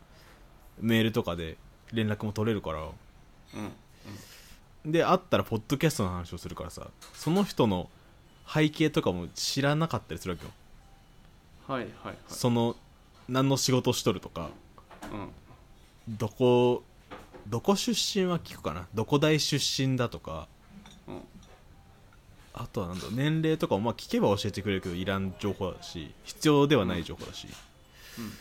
[SPEAKER 1] メールとかで連絡も取れるから
[SPEAKER 2] うん
[SPEAKER 1] で会ったらポッドキャストの話をするからさその人の背景とかも知らなかったりするわけよ、
[SPEAKER 2] はいはいはい
[SPEAKER 1] その何の仕事しとるとか
[SPEAKER 2] うん
[SPEAKER 1] どこどこ出身は聞くかなどこ大出身だとか
[SPEAKER 2] うん
[SPEAKER 1] あとはなんだろう年齢とかもまあ聞けば教えてくれるけどいらん情報だし必要ではない情報だし、
[SPEAKER 2] うん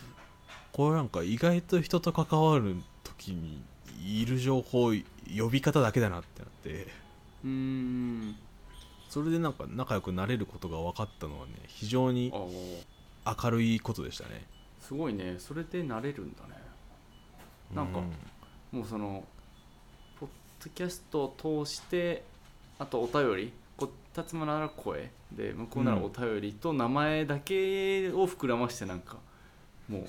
[SPEAKER 1] これなんか意外と人と関わる時にいる情報呼び方だけだなってなって
[SPEAKER 2] うーん
[SPEAKER 1] それでなんか仲良くなれることが分かったのはね非常に
[SPEAKER 2] ああ
[SPEAKER 1] 明るいことでしたね
[SPEAKER 2] すごいねそれで慣れるんだねなんか
[SPEAKER 1] う
[SPEAKER 2] もうそのポッドキャストを通してあとお便りこつまなら声で向こうならお便りと名前だけを膨らましてなんかもう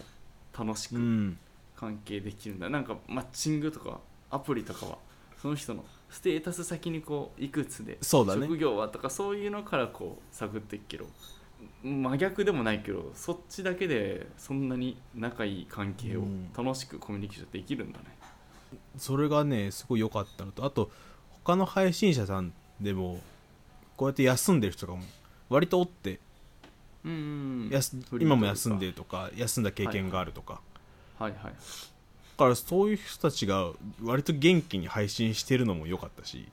[SPEAKER 2] 楽し
[SPEAKER 1] う
[SPEAKER 2] く
[SPEAKER 1] ん
[SPEAKER 2] 関係できるんだ、なんかマッチングとかアプリとかはその人のステータス先にこういくつで
[SPEAKER 1] そうだね
[SPEAKER 2] 職業はとかそういうのからこう探っていくけど真逆でもないけどそっちだけでそんなに仲いい関係を
[SPEAKER 1] うん
[SPEAKER 2] 楽しくコミュニケーションできるんだね、
[SPEAKER 1] それがねすごい良かったのとあと他の配信者さんでもこうやって休んでる人とかも割とおって
[SPEAKER 2] うん
[SPEAKER 1] やす
[SPEAKER 2] フリー
[SPEAKER 1] 今も
[SPEAKER 2] というか
[SPEAKER 1] 休んでるとか休んだ経験があるとか、
[SPEAKER 2] はいはい
[SPEAKER 1] だからそういう人たちが割と元気に配信してるのも良かったし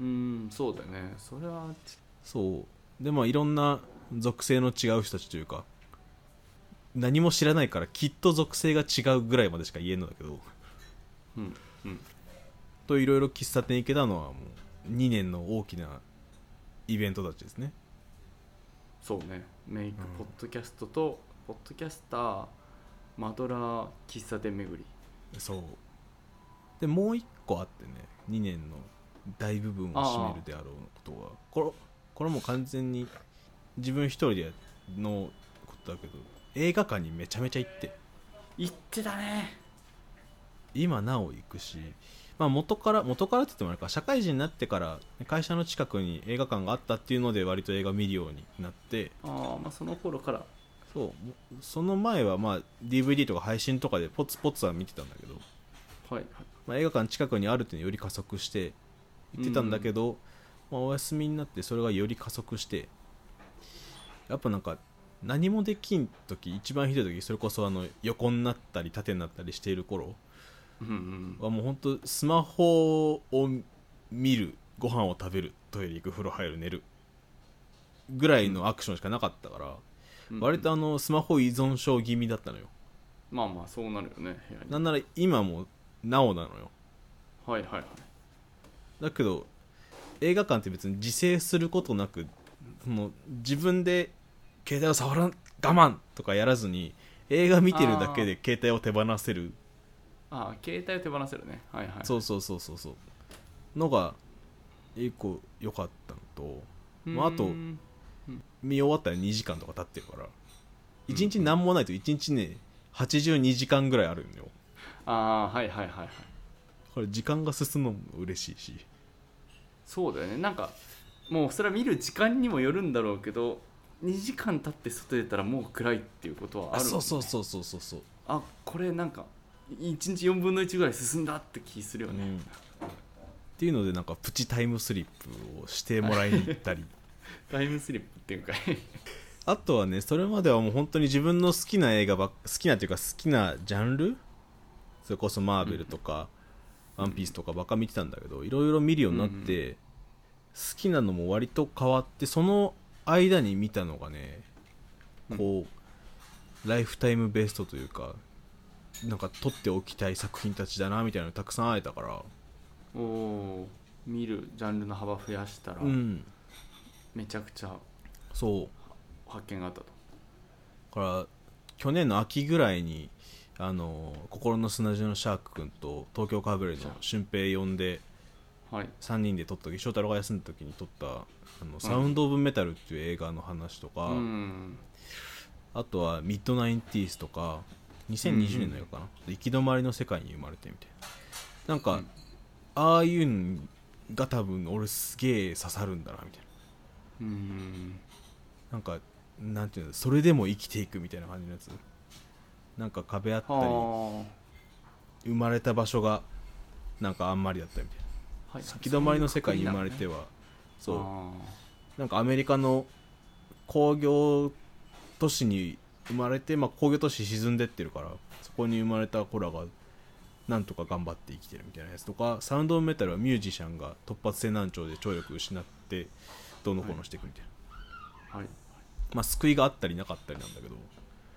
[SPEAKER 2] うんそうだよねそれはち
[SPEAKER 1] そうでまあいろんな属性の違う人たちというか何も知らないからきっと属性が違うぐらいまでしか言えんのだけど
[SPEAKER 2] うんうん
[SPEAKER 1] といろいろ喫茶店行けたのはもう2年の大きなイベントたちですね
[SPEAKER 2] そうねメイク
[SPEAKER 1] うん
[SPEAKER 2] ポッドキャストと、ポッドキャスターマドラー喫茶店巡り
[SPEAKER 1] そうでもう一個あってね2年の大部分を占めるであろうことがこれこれもう完全に自分一人でのことだけど映画館にめちゃめちゃ行って
[SPEAKER 2] 行ってたね
[SPEAKER 1] 今なお行くし、まあ、元から元からって言ってもあれか社会人になってから会社の近くに映画館があったっていうので割と映画見るようになって
[SPEAKER 2] ああまあその頃から
[SPEAKER 1] そうもその前はまあ DVD とか配信とかでポツポツは見てたんだけど、
[SPEAKER 2] はいはい
[SPEAKER 1] まあ、映画館近くにあるっていうのより加速して行ってたんだけど、まあ、お休みになってそれがより加速してやっぱなんか何もできん時一番ひどい時それこそあの横になったり縦になったりしている頃
[SPEAKER 2] うんうん
[SPEAKER 1] はもうほんとスマホを見るご飯を食べるトイレ行く風呂入る寝るぐらいのアクションしかなかったから、
[SPEAKER 2] うん
[SPEAKER 1] 割とあのスマホ依存症気味だったのよ
[SPEAKER 2] まあまあそうなるよね部屋に
[SPEAKER 1] なんなら今もなおなのよ
[SPEAKER 2] はいはいはい
[SPEAKER 1] だけど映画館って別に自制することなくその自分で携帯を触らん我慢とかやらずに映画見てるだけで携帯を手放せる
[SPEAKER 2] ああ携帯を手放せるねはいはい
[SPEAKER 1] そうそうそうそうそうのが一個良かったのと
[SPEAKER 2] う
[SPEAKER 1] まああと
[SPEAKER 2] ーん
[SPEAKER 1] 見終わったら2時間とか経ってるから1日何もないと1日ね82時間ぐらいあるんよ
[SPEAKER 2] ああはいはいはいはい
[SPEAKER 1] これ時間が進むのも嬉しいし
[SPEAKER 2] そうだよねなんかもうそれは見る時間にもよるんだろうけど2時間経って外出たらもう暗いっていうことはある
[SPEAKER 1] あ
[SPEAKER 2] わけね
[SPEAKER 1] そうそうそうそうそうそう
[SPEAKER 2] あこれなんか1日4分の1ぐらい進んだって気するよね、
[SPEAKER 1] うんっていうのでなんかプチタイムスリップをしてもらいに行ったり
[SPEAKER 2] タイムスリップっていうか
[SPEAKER 1] あとはねそれまではもう本当に自分の好きな映画ばっ好きなというか好きなジャンルそれこそマーベルとか、ワンピースとかばっか見てたんだけどいろいろ見るようになって、好きなのも割と変わってその間に見たのがねこう、ライフタイムベストというかなんか撮っておきたい作品たちだなみたいなのたくさん会えたから
[SPEAKER 2] お お見るジャンルの幅増やしたら
[SPEAKER 1] うん
[SPEAKER 2] めちゃくちゃ
[SPEAKER 1] そう
[SPEAKER 2] 発見があったと、
[SPEAKER 1] から去年の秋ぐらいにあの心の砂地のシャーク君と東京カーブレの俊平呼んで
[SPEAKER 2] はい
[SPEAKER 1] 3人で撮った時翔太郎が休んだ時に撮った「あのサウンド・オブ・メタル」っていう映画の話とか、
[SPEAKER 2] うん
[SPEAKER 1] あとは「ミッドナインティース」とか2020年の映画かな、行き止まりの世界に生まれてみたいななんか、
[SPEAKER 2] うん
[SPEAKER 1] ああいうのが多分俺すげえ刺さるんだなみたいな
[SPEAKER 2] うん
[SPEAKER 1] なんかなんていうのそれでも生きていくみたいな感じのやつなんか壁あったり
[SPEAKER 2] は
[SPEAKER 1] 生まれた場所がなんかあんまりだったみたいな
[SPEAKER 2] あはい
[SPEAKER 1] 行き止まりの世界に生まれて
[SPEAKER 2] は
[SPEAKER 1] は
[SPEAKER 2] そうい
[SPEAKER 1] そ
[SPEAKER 2] う国なんだね
[SPEAKER 1] うなんかアメリカの工業都市に生まれて、まあ、工業都市沈んでってるからそこに生まれた子らがなんとか頑張って生きてるみたいなやつとかサウンドオブメタルはミュージシャンが突発性難聴で聴力失ってどうのこうのしていくみたいな、
[SPEAKER 2] あーはい
[SPEAKER 1] まあ救いがあったりなかったりなんだけど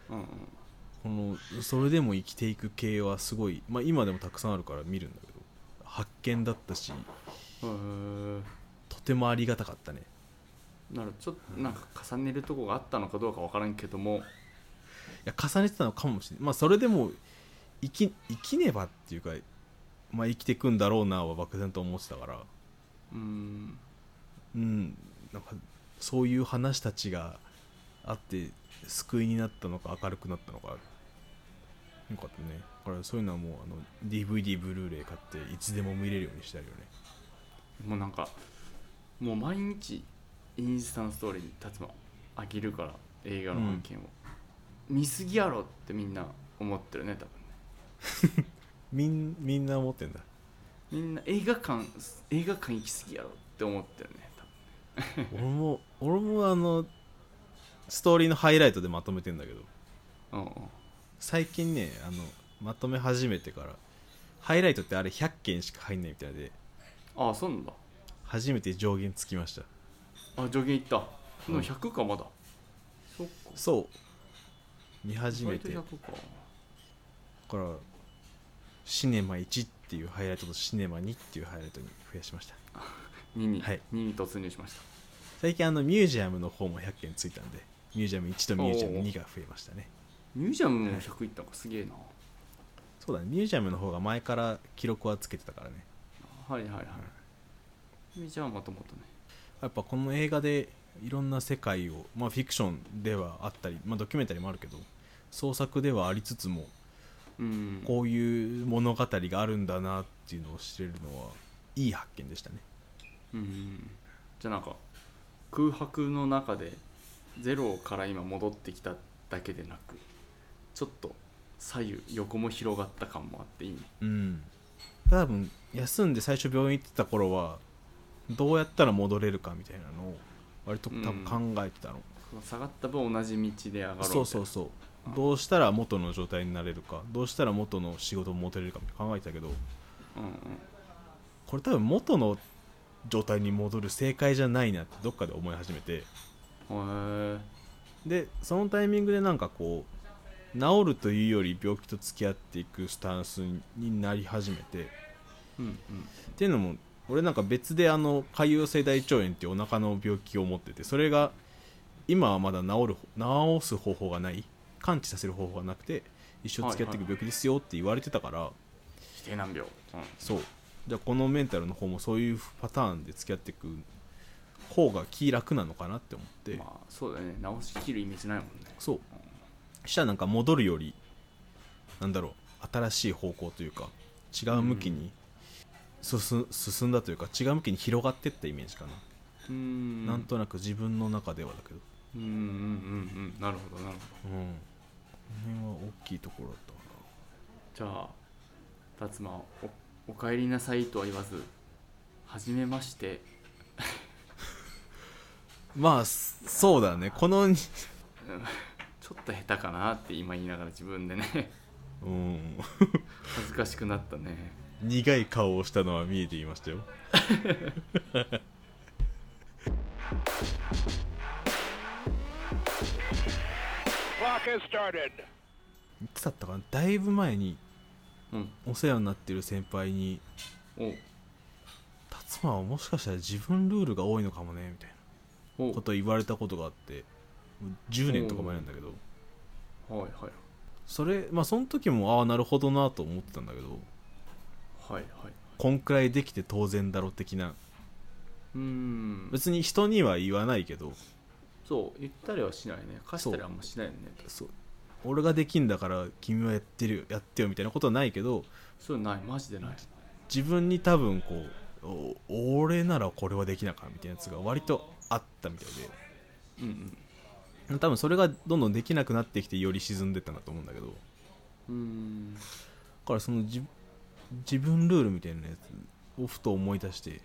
[SPEAKER 2] うんうん
[SPEAKER 1] このそれでも生きていく系はすごい、まあ、今でもたくさんあるから見るんだけど発見だったし
[SPEAKER 2] へー
[SPEAKER 1] とてもありがたかったね
[SPEAKER 2] なるほどちょっとなんか重ねるとこがあったのかどうかわからんけども
[SPEAKER 1] いや重ねてたのかもしれないまあそれでも生き生きねばっていうか、まあ、生きていくんだろうなは漠然と思ってたから
[SPEAKER 2] うん
[SPEAKER 1] うんなんかそういう話たちがあって救いになったのか明るくなったのかよかったねだからそういうのはもうあの DVD ブルーレイ買っていつでも見れるようにしてあるよね
[SPEAKER 2] もうなんかもう毎日インスタンストーリーに立つの飽きるから映画の案件を、見すぎやろってみんな思ってるね多分ね
[SPEAKER 1] みんみんな思ってんだ
[SPEAKER 2] みんな映画館映画館行きすぎやろって思ってるね多分
[SPEAKER 1] 俺も俺もあのストーリーのハイライトでまとめてんだけど
[SPEAKER 2] うんうん
[SPEAKER 1] 最近ねあのまとめ始めてからハイライトってあれ100件しか入んないみたいで
[SPEAKER 2] ああそうなんだ
[SPEAKER 1] 初めて上限つきました
[SPEAKER 2] あ上限いったで
[SPEAKER 1] う
[SPEAKER 2] も
[SPEAKER 1] ん
[SPEAKER 2] 100かまだ、そっか
[SPEAKER 1] そう見始めて
[SPEAKER 2] 意
[SPEAKER 1] だ
[SPEAKER 2] 外
[SPEAKER 1] か
[SPEAKER 2] と100から
[SPEAKER 1] シネマ1っていうハイライトとシネマ2っていうハイライトに増やしました
[SPEAKER 2] 2に、
[SPEAKER 1] はい
[SPEAKER 2] 2に突入しました
[SPEAKER 1] 最近あのミュージアムの方も100件ついたんでミュージアム1とミュージアム2が増えましたね
[SPEAKER 2] ミュージアムも100いったのかすげえな
[SPEAKER 1] そうだねミュージアムの方が前から記録はつけてたからね
[SPEAKER 2] はいはいはい、じゃあまともとね
[SPEAKER 1] やっぱこの映画でいろんな世界を、まあ、フィクションではあったり、まあ、ドキュメンタリーもあるけど創作ではありつつも
[SPEAKER 2] うん
[SPEAKER 1] こういう物語があるんだなっていうのを知れるのはいい発見でしたね
[SPEAKER 2] うんじゃあなんか空白の中でゼロから今戻ってきただけでなくちょっと左右横も広がった感もあっていいね
[SPEAKER 1] うん多分休んで最初病院行ってた頃はどうやったら戻れるかみたいなのを割と多分考えてたの、
[SPEAKER 2] その下がった分同じ道で上がろうみたいな
[SPEAKER 1] そうそうそうどうしたら元の状態になれるかどうしたら元の仕事を戻れるかみたいなの考えてたけど
[SPEAKER 2] うんうん
[SPEAKER 1] これ多分元の状態に戻る正解じゃないなってどっかで思い始めて
[SPEAKER 2] へえ
[SPEAKER 1] でそのタイミングでなんかこう治るというより病気と付き合っていくスタンスになり始めて
[SPEAKER 2] うんうん
[SPEAKER 1] っていうのも俺なんか別であの潰瘍性大腸炎っていうお腹の病気を持っててそれが今はまだ治る治す方法がない完治させる方法がなくて一生付き合っていく病気ですよって言われてたから、
[SPEAKER 2] 否定難病うん
[SPEAKER 1] そうじゃあこのメンタルの方もそういうパターンで付き合っていく方が気楽なのかなって思って、
[SPEAKER 2] まあそうだよね直しきる意味しないもんね
[SPEAKER 1] そうしたらなんか戻るよりなんだろう新しい方向というか違う向きに進,、進んだというか違う向きに広がってったイメージかな、
[SPEAKER 2] うん
[SPEAKER 1] なんとなく自分の中ではだけど
[SPEAKER 2] うんうんうんうんなるほどなるほど
[SPEAKER 1] うんこの辺は大きいところだったか
[SPEAKER 2] じゃあ達馬おお帰りなさいとは言わずはじめまして
[SPEAKER 1] なまあそそうだねこの
[SPEAKER 2] ちょっと下手かなって今言いながら自分でね
[SPEAKER 1] うん
[SPEAKER 2] 恥ずかしくなったね
[SPEAKER 1] 苦い顔をしたのは見えていましたよいつだったかなだいぶ前に
[SPEAKER 2] うん
[SPEAKER 1] お世話になってる先輩に「達馬はもしかしたら自分ルールが多いのかもね」みたい
[SPEAKER 2] お
[SPEAKER 1] なことを言われたことがあって10年とか前なんだけど
[SPEAKER 2] おはいはい
[SPEAKER 1] それまあその時もああなるほどなと思ってたんだけど
[SPEAKER 2] はいはい
[SPEAKER 1] こんくらいできて当然だろ的な
[SPEAKER 2] うーん
[SPEAKER 1] 別に人には言わないけど
[SPEAKER 2] そう言ったりはしないね貸したりはあんましないよね
[SPEAKER 1] そう俺ができんだから君はやってるよやってよみたいなことはないけど
[SPEAKER 2] そうないマジでない
[SPEAKER 1] 自分に多分こうお俺ならこれはできなかみたいなやつが割とあったみたいで
[SPEAKER 2] うん
[SPEAKER 1] 多分それがどんどんできなくなってきてより沈んでったんだと思うんだけどだ
[SPEAKER 2] うんうーん
[SPEAKER 1] からその自自分ルールみたいなやつをふと思い出して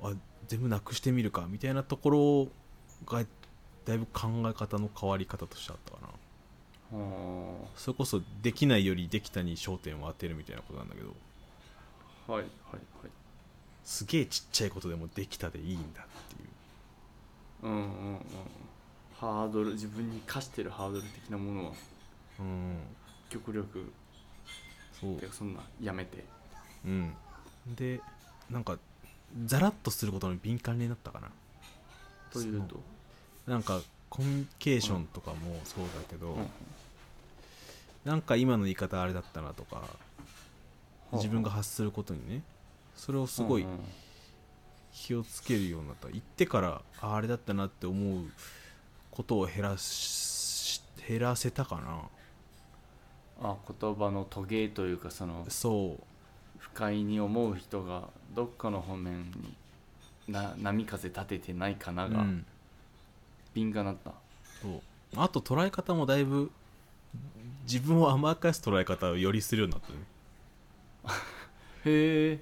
[SPEAKER 1] あ全部なくしてみるかみたいなところがだいぶ考え方の変わり方としてあったかな
[SPEAKER 2] は
[SPEAKER 1] それこそできないよりできたに焦点を当てるみたいなことなんだけど
[SPEAKER 2] あはいはいはい
[SPEAKER 1] すげえちっちゃいことでもできたでいいんだっていう
[SPEAKER 2] うんうんうんハードル自分に課してるハードル的なものは
[SPEAKER 1] うん
[SPEAKER 2] 極力
[SPEAKER 1] そう
[SPEAKER 2] てかそんなやめて
[SPEAKER 1] うんでなんかザラッとすることに敏感になったかな
[SPEAKER 2] というと
[SPEAKER 1] なんかコミュニケーションとかもそうだけど、
[SPEAKER 2] うんうん
[SPEAKER 1] なんか今の言い方あれだったなとか、
[SPEAKER 2] あ
[SPEAKER 1] 自分が発することにねそれをすごい
[SPEAKER 2] うんうん
[SPEAKER 1] 気をつけるようになった言ってからああれだったなって思うことを減らし減らせたかな
[SPEAKER 2] あ言葉のトゲというかその
[SPEAKER 1] そう
[SPEAKER 2] 不快に思う人がどっかの方面にな波風立ててないかな
[SPEAKER 1] う
[SPEAKER 2] が
[SPEAKER 1] ん
[SPEAKER 2] 敏感だった、
[SPEAKER 1] そうあと捉え方もだいぶ自分を甘やかす捉え方をよりするようになったね
[SPEAKER 2] へえ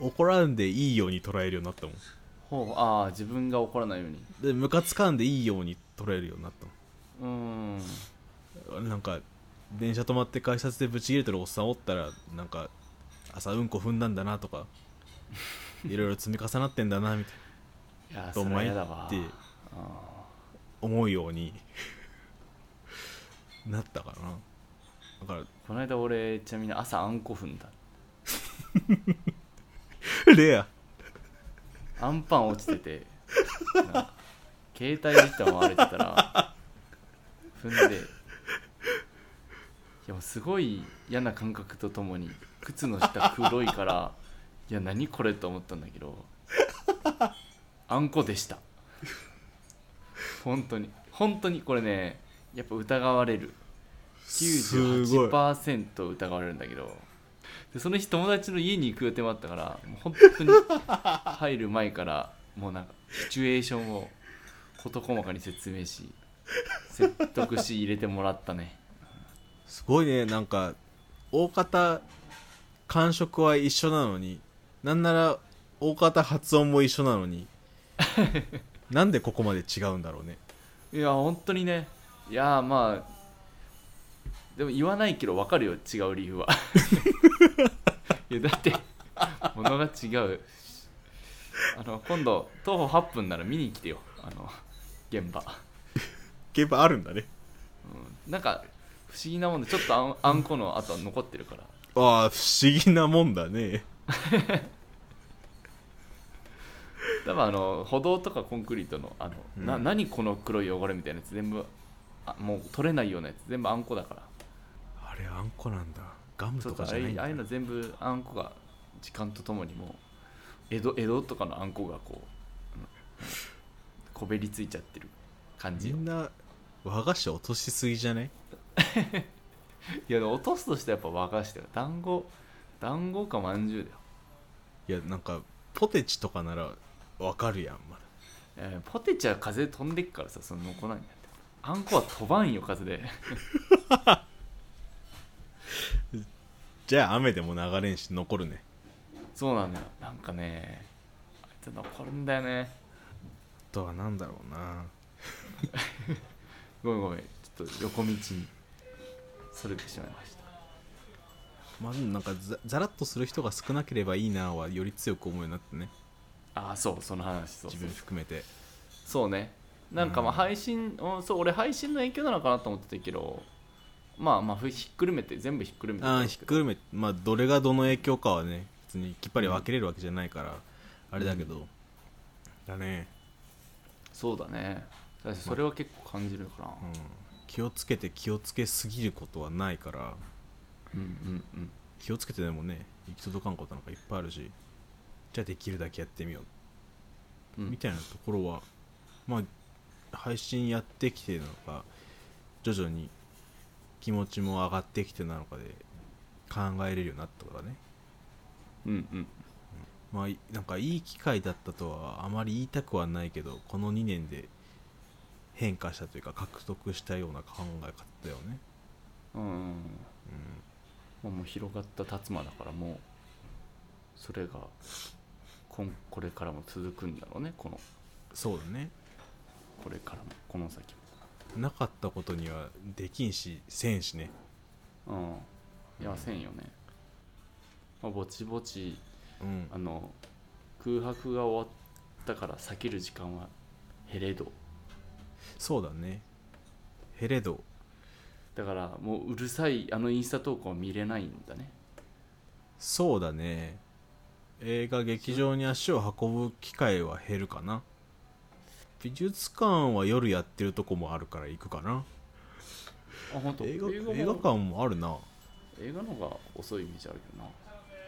[SPEAKER 1] 怒らんでいいように捉えるようになったもん
[SPEAKER 2] ほうああ自分が怒らないように
[SPEAKER 1] でムカつかんでいいように捉えるようになったもん
[SPEAKER 2] うーん
[SPEAKER 1] なんか電車止まって改札でブチ切れてるおっさんおったらなんか朝うんこ踏んだんだなと かいろいろ積み重なってんだなみたいない
[SPEAKER 2] や
[SPEAKER 1] ど
[SPEAKER 2] そ
[SPEAKER 1] ん
[SPEAKER 2] れ
[SPEAKER 1] ま
[SPEAKER 2] はい嫌だわ
[SPEAKER 1] って思うようになったかなだから
[SPEAKER 2] この間俺ちなみに朝あんこ踏んだ
[SPEAKER 1] レア
[SPEAKER 2] あんパン落ちててなんか携帯自体回れてたら踏んでやもうすごい嫌な感覚とともに靴の下黒いからいや何これと思ったんだけどあんこでした本当に本当にこれねやっぱ疑われる
[SPEAKER 1] すごい
[SPEAKER 2] 98%疑われるんだけどでその日友達の家に行く予定もあったからもう本当に入る前からもうなんかシチュエーションを事細かに説明し説得し入れてもらったね
[SPEAKER 1] すごいねなんか大方感触は一緒なのになんなら大方発音も一緒なの になんでここまで違うんだろうね
[SPEAKER 2] いや本当にねいやまあでも言わないけど分かるよ違う理由は いやだって物が違うあの今度徒歩8分なら見に来てよあの現場、
[SPEAKER 1] 現場あるんだね
[SPEAKER 2] うん、なんか不思議なもんでちょっとあんあんこの跡は残ってるから
[SPEAKER 1] ああ不思議なもんだね
[SPEAKER 2] 多分あの歩道とかコンクリートのあの、
[SPEAKER 1] うん
[SPEAKER 2] な何この黒い汚れみたいなやつ全部あもう取れないようなやつ全部あんこだから
[SPEAKER 1] あれあんこなんだガム
[SPEAKER 2] そ
[SPEAKER 1] と
[SPEAKER 2] うそ
[SPEAKER 1] か
[SPEAKER 2] う
[SPEAKER 1] じ
[SPEAKER 2] あ
[SPEAKER 1] ゃないん
[SPEAKER 2] れ
[SPEAKER 1] だ
[SPEAKER 2] ああいうの全部あんこが時間とともにもう江戸江戸とかのあんこがこう、うんこべりついちゃってる感じ
[SPEAKER 1] み
[SPEAKER 2] よ
[SPEAKER 1] んな和菓子落としすぎじゃない
[SPEAKER 2] いやでも落とすとしてはやっぱ和菓子だよ団子団子かまんじゅうだよ
[SPEAKER 1] いやなんかポテチとかならわかるやんまだ
[SPEAKER 2] えーポテチは風飛んでっからさその残らんやってあんこは飛ばんよ風で
[SPEAKER 1] じゃあ雨でも流れんし残るね
[SPEAKER 2] そうなんだよなんかねあいつ残るんだよね
[SPEAKER 1] あとはなんだろうな
[SPEAKER 2] ごめんごめんちょっと横道にそれてしまいました
[SPEAKER 1] まあでもなんかざざらっとする人が少なければいいなはより強く思うようになってね
[SPEAKER 2] ああそうその話そう
[SPEAKER 1] 自
[SPEAKER 2] そう
[SPEAKER 1] 分含めて
[SPEAKER 2] そうねなんかまあ
[SPEAKER 1] うん
[SPEAKER 2] 配信、うんそう俺配信の影響なのかなと思ってたけどまあまあふひっくるめて全部ひっくるめて
[SPEAKER 1] ああひっくるめまあどれがどの影響かはね別にきっぱり分けれるわけじゃないから、あれだけど、だね、
[SPEAKER 2] そうだねだからそれは結構感じるかな、
[SPEAKER 1] うん、気をつけて気をつけすぎることはないから
[SPEAKER 2] うん、うんうん
[SPEAKER 1] 気をつけてでもね行き届かんことなんかいっぱいあるしじゃあできるだけやってみよう
[SPEAKER 2] うん
[SPEAKER 1] みたいなところは、まあ配信やってきてなのか徐々に気持ちも上がってきてなのかで考えれるようになったからね
[SPEAKER 2] うんうん
[SPEAKER 1] まあいなんかいい機会だったとはあまり言いたくはないけどこの2年で変化したというか獲得したような考え方だよね
[SPEAKER 2] うんうんまあもう広がった達馬だからもうそれがこんこれからも続くんだろうねこの
[SPEAKER 1] そうだね
[SPEAKER 2] これからもこの先
[SPEAKER 1] なかったことにはできんしせんしね
[SPEAKER 2] もうんいやせんよね、まあ、ぼちぼち
[SPEAKER 1] うん
[SPEAKER 2] あの空白が終わったから避ける時間は減れど
[SPEAKER 1] そうだねヘレド
[SPEAKER 2] だからもううるさいあのインスタ投稿は見れないんだね
[SPEAKER 1] そうだね映画劇場に足を運ぶ機会は減るかな美術館は夜やってるとこもあるから行くかな
[SPEAKER 2] あ本当
[SPEAKER 1] 映画
[SPEAKER 2] も
[SPEAKER 1] 映画館もあるな
[SPEAKER 2] 映画の方が遅いイメージあるけど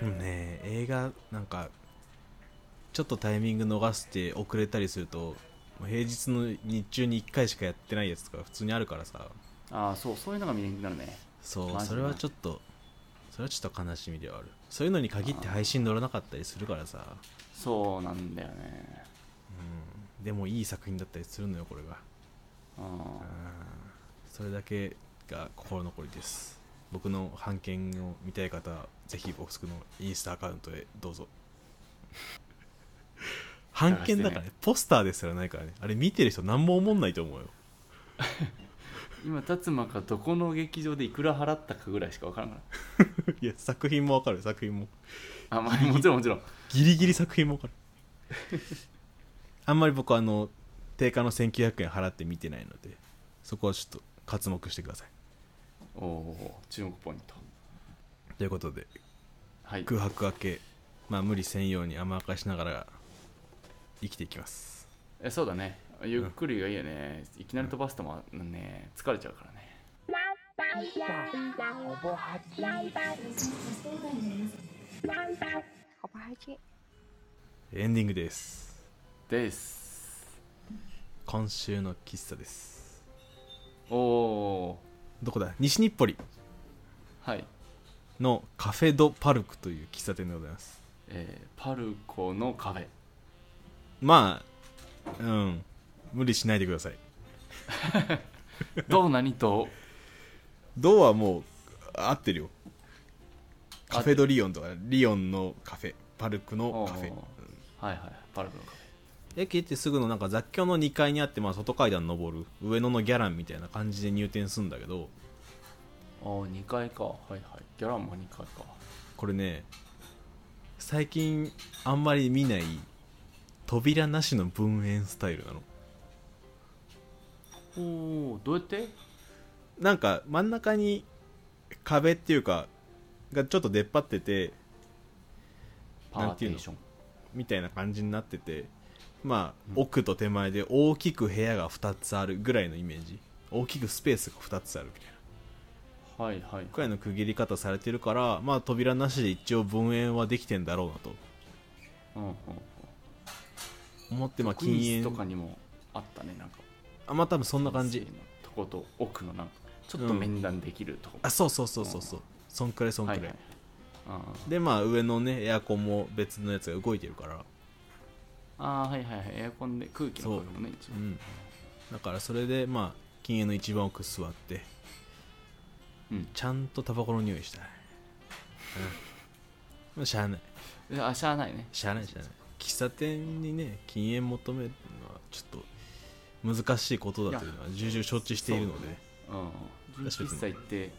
[SPEAKER 2] な
[SPEAKER 1] でもね映画なんかちょっとタイミング逃して遅れたりするともう平日の日中に1回しかやってないやつとか普通にあるからさ
[SPEAKER 2] ああそうそういうのが見れなくなるね
[SPEAKER 1] そう
[SPEAKER 2] マジで
[SPEAKER 1] それはちょっとそれはちょっと悲しみではあるそういうのに限って配信乗らなかったりするからさ、
[SPEAKER 2] そうなんだよね
[SPEAKER 1] うん、でもいい作品だったりするのよこれが
[SPEAKER 2] うん
[SPEAKER 1] それだけが心残りです僕の版権を見たい方はぜひ僕のインスタアカウントへど うぞ版権だからねポスターですらないからねあれ見てる人何も思んないと思うよ
[SPEAKER 2] 今達馬がどこの劇場でいくら払ったかぐらいしか分からんから
[SPEAKER 1] いや作品もわかる作品も
[SPEAKER 2] あ、まあ、もちろんもちろん
[SPEAKER 1] ギリギリ作品もわかるあんまり僕はあの定価の1900円払って見てないのでそこはちょっと刮目してください
[SPEAKER 2] おおー注目ポイント
[SPEAKER 1] ということで
[SPEAKER 2] はい
[SPEAKER 1] 空白明けまあ無理せんように甘やかしながら生きていきます
[SPEAKER 2] えそうだねゆっくりがいいよね、いきなり飛ばすともね疲れちゃうからね
[SPEAKER 4] Wow, wow, ほぼ八。ほぼ八。
[SPEAKER 1] エンディングです
[SPEAKER 2] です
[SPEAKER 1] 今週の喫茶です
[SPEAKER 2] おお
[SPEAKER 1] どこだ西日暮里
[SPEAKER 2] ーはい
[SPEAKER 1] のカフェ・ド・パルクという喫茶店でございます
[SPEAKER 2] えーパルコのカフェ
[SPEAKER 1] まあうん無理しないでください
[SPEAKER 2] どう何と
[SPEAKER 1] ドはもうあ合ってるよカフェ・ド・リオンとかリオンのカフェパルクのカフェ
[SPEAKER 2] おーはいはいパルコのカフ
[SPEAKER 1] 駅ってすぐのなんか雑居の2階にあって、まあ、外階段登る上野のギャランみたいな感じで入店するんだけど
[SPEAKER 2] ェおお2階かはいはいギャランも2階か
[SPEAKER 1] これね最近あんまり見ない扉なしの文園スタイルなの
[SPEAKER 2] おおどうやって
[SPEAKER 1] なんか真ん中に壁っていうかがちょっと出っ張ってて
[SPEAKER 2] パーテーション
[SPEAKER 1] みたいな感じになっててまあ奥と手前で大きく部屋が2つあるぐらいのイメージ大きくスペースが2つあるみたいな
[SPEAKER 2] はいはい
[SPEAKER 1] くらいの区切り方されてるからまあ扉なしで一応分煙はできてんだろうなと
[SPEAKER 2] うんうん
[SPEAKER 1] 思ってまあ
[SPEAKER 2] クイ
[SPEAKER 1] 禁
[SPEAKER 2] ズと
[SPEAKER 1] 煙
[SPEAKER 2] かにもあったねなんか
[SPEAKER 1] あまあ多分そんな感じ
[SPEAKER 2] 先生のとこと奥のなんかちょっと面談できるとこ、
[SPEAKER 1] あそうそうそうそうそうそんくらいそんくら、
[SPEAKER 2] はいいはいあ
[SPEAKER 1] でまあ上のねエアコンも別のやつが動いてるから
[SPEAKER 2] あーはいはいはいエアコンで空気の声もね一
[SPEAKER 1] う
[SPEAKER 2] 応
[SPEAKER 1] んだからそれでまあ禁煙の一番奥座って、
[SPEAKER 2] うん
[SPEAKER 1] ちゃんとタバコの匂いしたい、うんまあ、しゃあない
[SPEAKER 2] であしゃあないね
[SPEAKER 1] しゃあないしゃあない喫茶店にね禁煙求めるのはちょっと難しいことだというのは重々承知しているので、
[SPEAKER 2] うん
[SPEAKER 1] 出してく
[SPEAKER 2] 純喫茶行って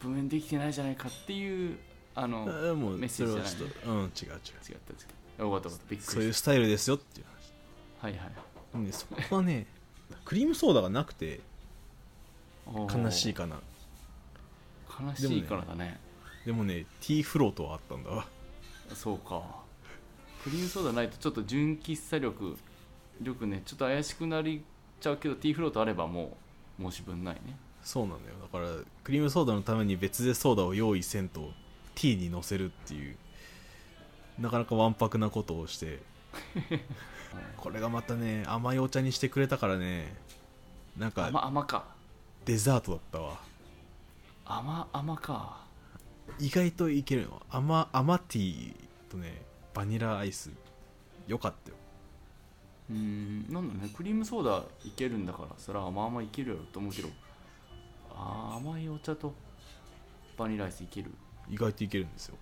[SPEAKER 2] 文面できてないじゃないかっていうあの
[SPEAKER 1] あもう
[SPEAKER 2] メッ
[SPEAKER 1] そ
[SPEAKER 2] セ
[SPEAKER 1] れ
[SPEAKER 2] ージじ
[SPEAKER 1] は
[SPEAKER 2] ゃ
[SPEAKER 1] ちょ
[SPEAKER 2] ないね
[SPEAKER 1] っとうん違う違う
[SPEAKER 2] 違った違ったよかったよかったびっく
[SPEAKER 1] そうい
[SPEAKER 2] り
[SPEAKER 1] う
[SPEAKER 2] し
[SPEAKER 1] スタイルですよっていう
[SPEAKER 2] たはいはい
[SPEAKER 1] 話ねそこはねクリームソーダがなくて
[SPEAKER 2] おー
[SPEAKER 1] 悲しいかな
[SPEAKER 2] 悲しいからだね
[SPEAKER 1] でもねティーフロートはあったんだわ
[SPEAKER 2] そうかクリームソーダないとちょっと純喫茶力力ねちょっと怪しくなりちゃうけどティーフロートあればもう申し分ないね
[SPEAKER 1] そうなんだよだからクリームソーダのために別でソーダを用意せんとティーにのせるっていうなかなかわんぱくなことをしてこれがまたね甘いお茶にしてくれたからねなんか
[SPEAKER 2] 甘甘か
[SPEAKER 1] デザートだったわ
[SPEAKER 2] 甘甘か
[SPEAKER 1] 意外といけるの甘甘ティーとねバニラアイスよかったよ
[SPEAKER 2] うーんなんだねクリームソーダいけるんだからそれはまあまあいけるやろと思うけどあー甘いお茶とバニラアイスいける
[SPEAKER 1] 意外といけるんですよ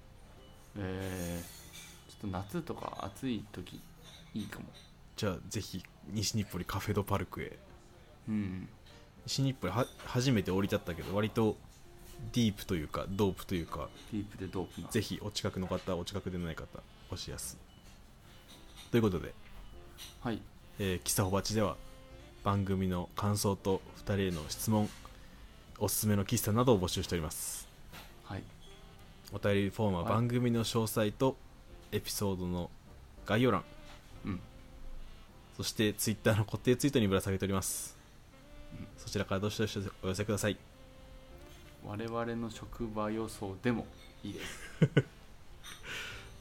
[SPEAKER 2] えー、ちょっと夏とか暑い時いいかも
[SPEAKER 1] じゃあぜひ西日暮里カフェドパルクへ
[SPEAKER 2] うん
[SPEAKER 1] 西日暮里は初めて降り立ったけど割とディープというかドープというか
[SPEAKER 2] ディープでドープな
[SPEAKER 1] ぜひお近くの方お近くでない方おしやすということで
[SPEAKER 2] はい
[SPEAKER 1] 「えー、キサホバチ」では番組の感想と2人への質問おすすめの喫茶などを募集しております
[SPEAKER 2] はい
[SPEAKER 1] お便りフォームは
[SPEAKER 2] はい
[SPEAKER 1] 番組の詳細とエピソードの概要欄、
[SPEAKER 2] うん
[SPEAKER 1] そしてツイッターの固定ツイートにぶら下げております、そちらからどしどしお寄せください
[SPEAKER 2] 我々の職場予想でもいいです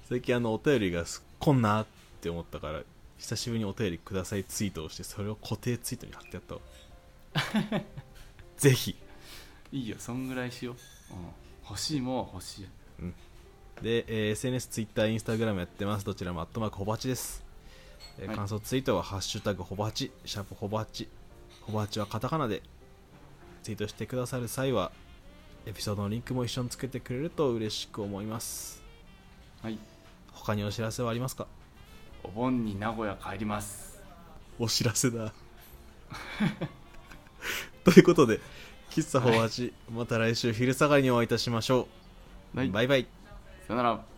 [SPEAKER 1] 最近あのお便りがすこんなって思ったから久しぶりにお便りくださいツイートをしてそれを固定ツイートに貼ってやったわ ぜひ
[SPEAKER 2] いいよそんぐらいしよう、うん、欲しいもんは欲しい
[SPEAKER 1] で、えー SNS、ツイッター、インスタグラムやってます。どちらもアットマークほばちです。えー
[SPEAKER 2] はい
[SPEAKER 1] 感想ツイートは、ハッシュタグほばち、シャープほばち、ほばちはカタカナでツイートしてくださる際は、エピソードのリンクも一緒につけてくれると嬉しく思います。
[SPEAKER 2] はい
[SPEAKER 1] 他にお知らせはありますか
[SPEAKER 2] お盆に名古屋帰ります
[SPEAKER 1] お知らせだ。 ということで、喫茶ほばち、また来週昼下がりにお会いいたしましょう。
[SPEAKER 2] はい
[SPEAKER 1] バイバイ。
[SPEAKER 2] さよなら